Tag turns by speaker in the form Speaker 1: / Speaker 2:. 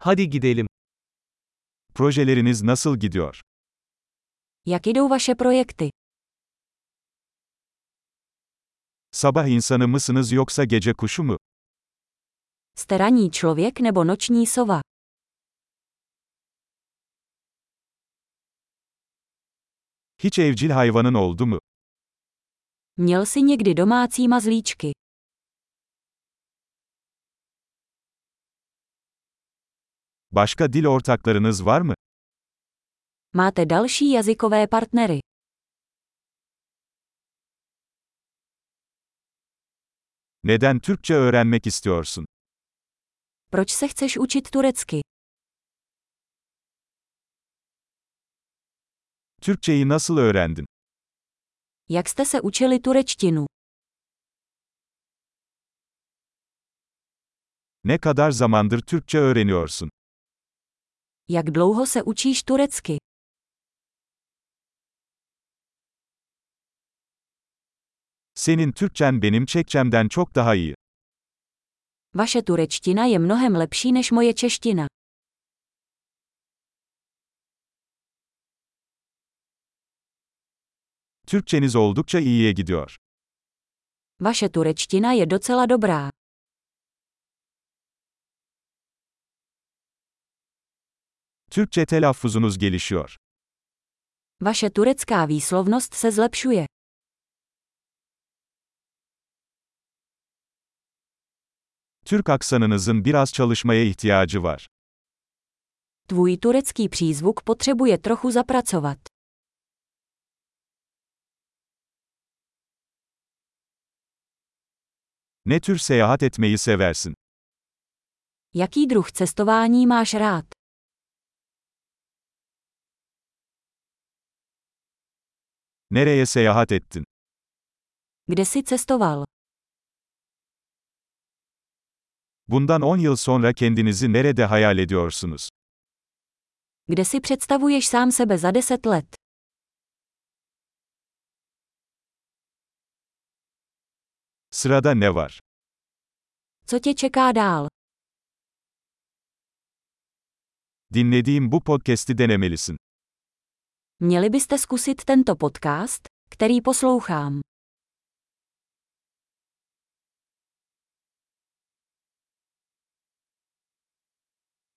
Speaker 1: Hadi gidelim. Projeleriniz nasıl gidiyor?
Speaker 2: Jak jdou vaše projekty?
Speaker 1: Sabah insanı mısınız yoksa gece kuşu mu?
Speaker 2: Jste ranní člověk nebo noční sova?
Speaker 1: Hiç evcil hayvanın oldu mu?
Speaker 2: Měl jsi někdy domácí mazlíčky?
Speaker 1: Başka dil ortaklarınız var mı?
Speaker 2: Máte další jazykové partnery?
Speaker 1: Neden Türkçe öğrenmek istiyorsun?
Speaker 2: Proč se chceš učit turecky?
Speaker 1: Türkçeyi nasıl öğrendin?
Speaker 2: Jak jste se učili turečtinu?
Speaker 1: Ne kadar zamandır Türkçe öğreniyorsun?
Speaker 2: Jak dlouho se učíš turecky?
Speaker 1: Senin Türkçen benim Çekçemden çok daha iyi.
Speaker 2: Vaše turečtina je mnohem lepší než moje čeština.
Speaker 1: Türkçeniz oldukça iyiye gidiyor.
Speaker 2: Vaše turečtina je docela dobrá.
Speaker 1: Türkçe telaffuzunuz gelişiyor.
Speaker 2: Vaše turecká výslovnost se zlepšuje.
Speaker 1: Türk aksanınızın biraz çalışmaya ihtiyacı var.
Speaker 2: Tvůj turecký přízvuk potřebuje trochu zapracovat.
Speaker 1: Ne tür seyahat etmeyi seversin?
Speaker 2: Jaký druh cestování máš rád?
Speaker 1: Nereye seyahat ettin?
Speaker 2: Kde jsi cestoval?
Speaker 1: Bundan 10 yıl sonra kendinizi nerede hayal ediyorsunuz?
Speaker 2: Kde si představuješ sám sebe za 10 let?
Speaker 1: Sırada ne var?
Speaker 2: Co tě čeká dál?
Speaker 1: Dinlediğim bu podcast'i denemelisin.
Speaker 2: Měli byste zkusit tento podcast, který poslouchám.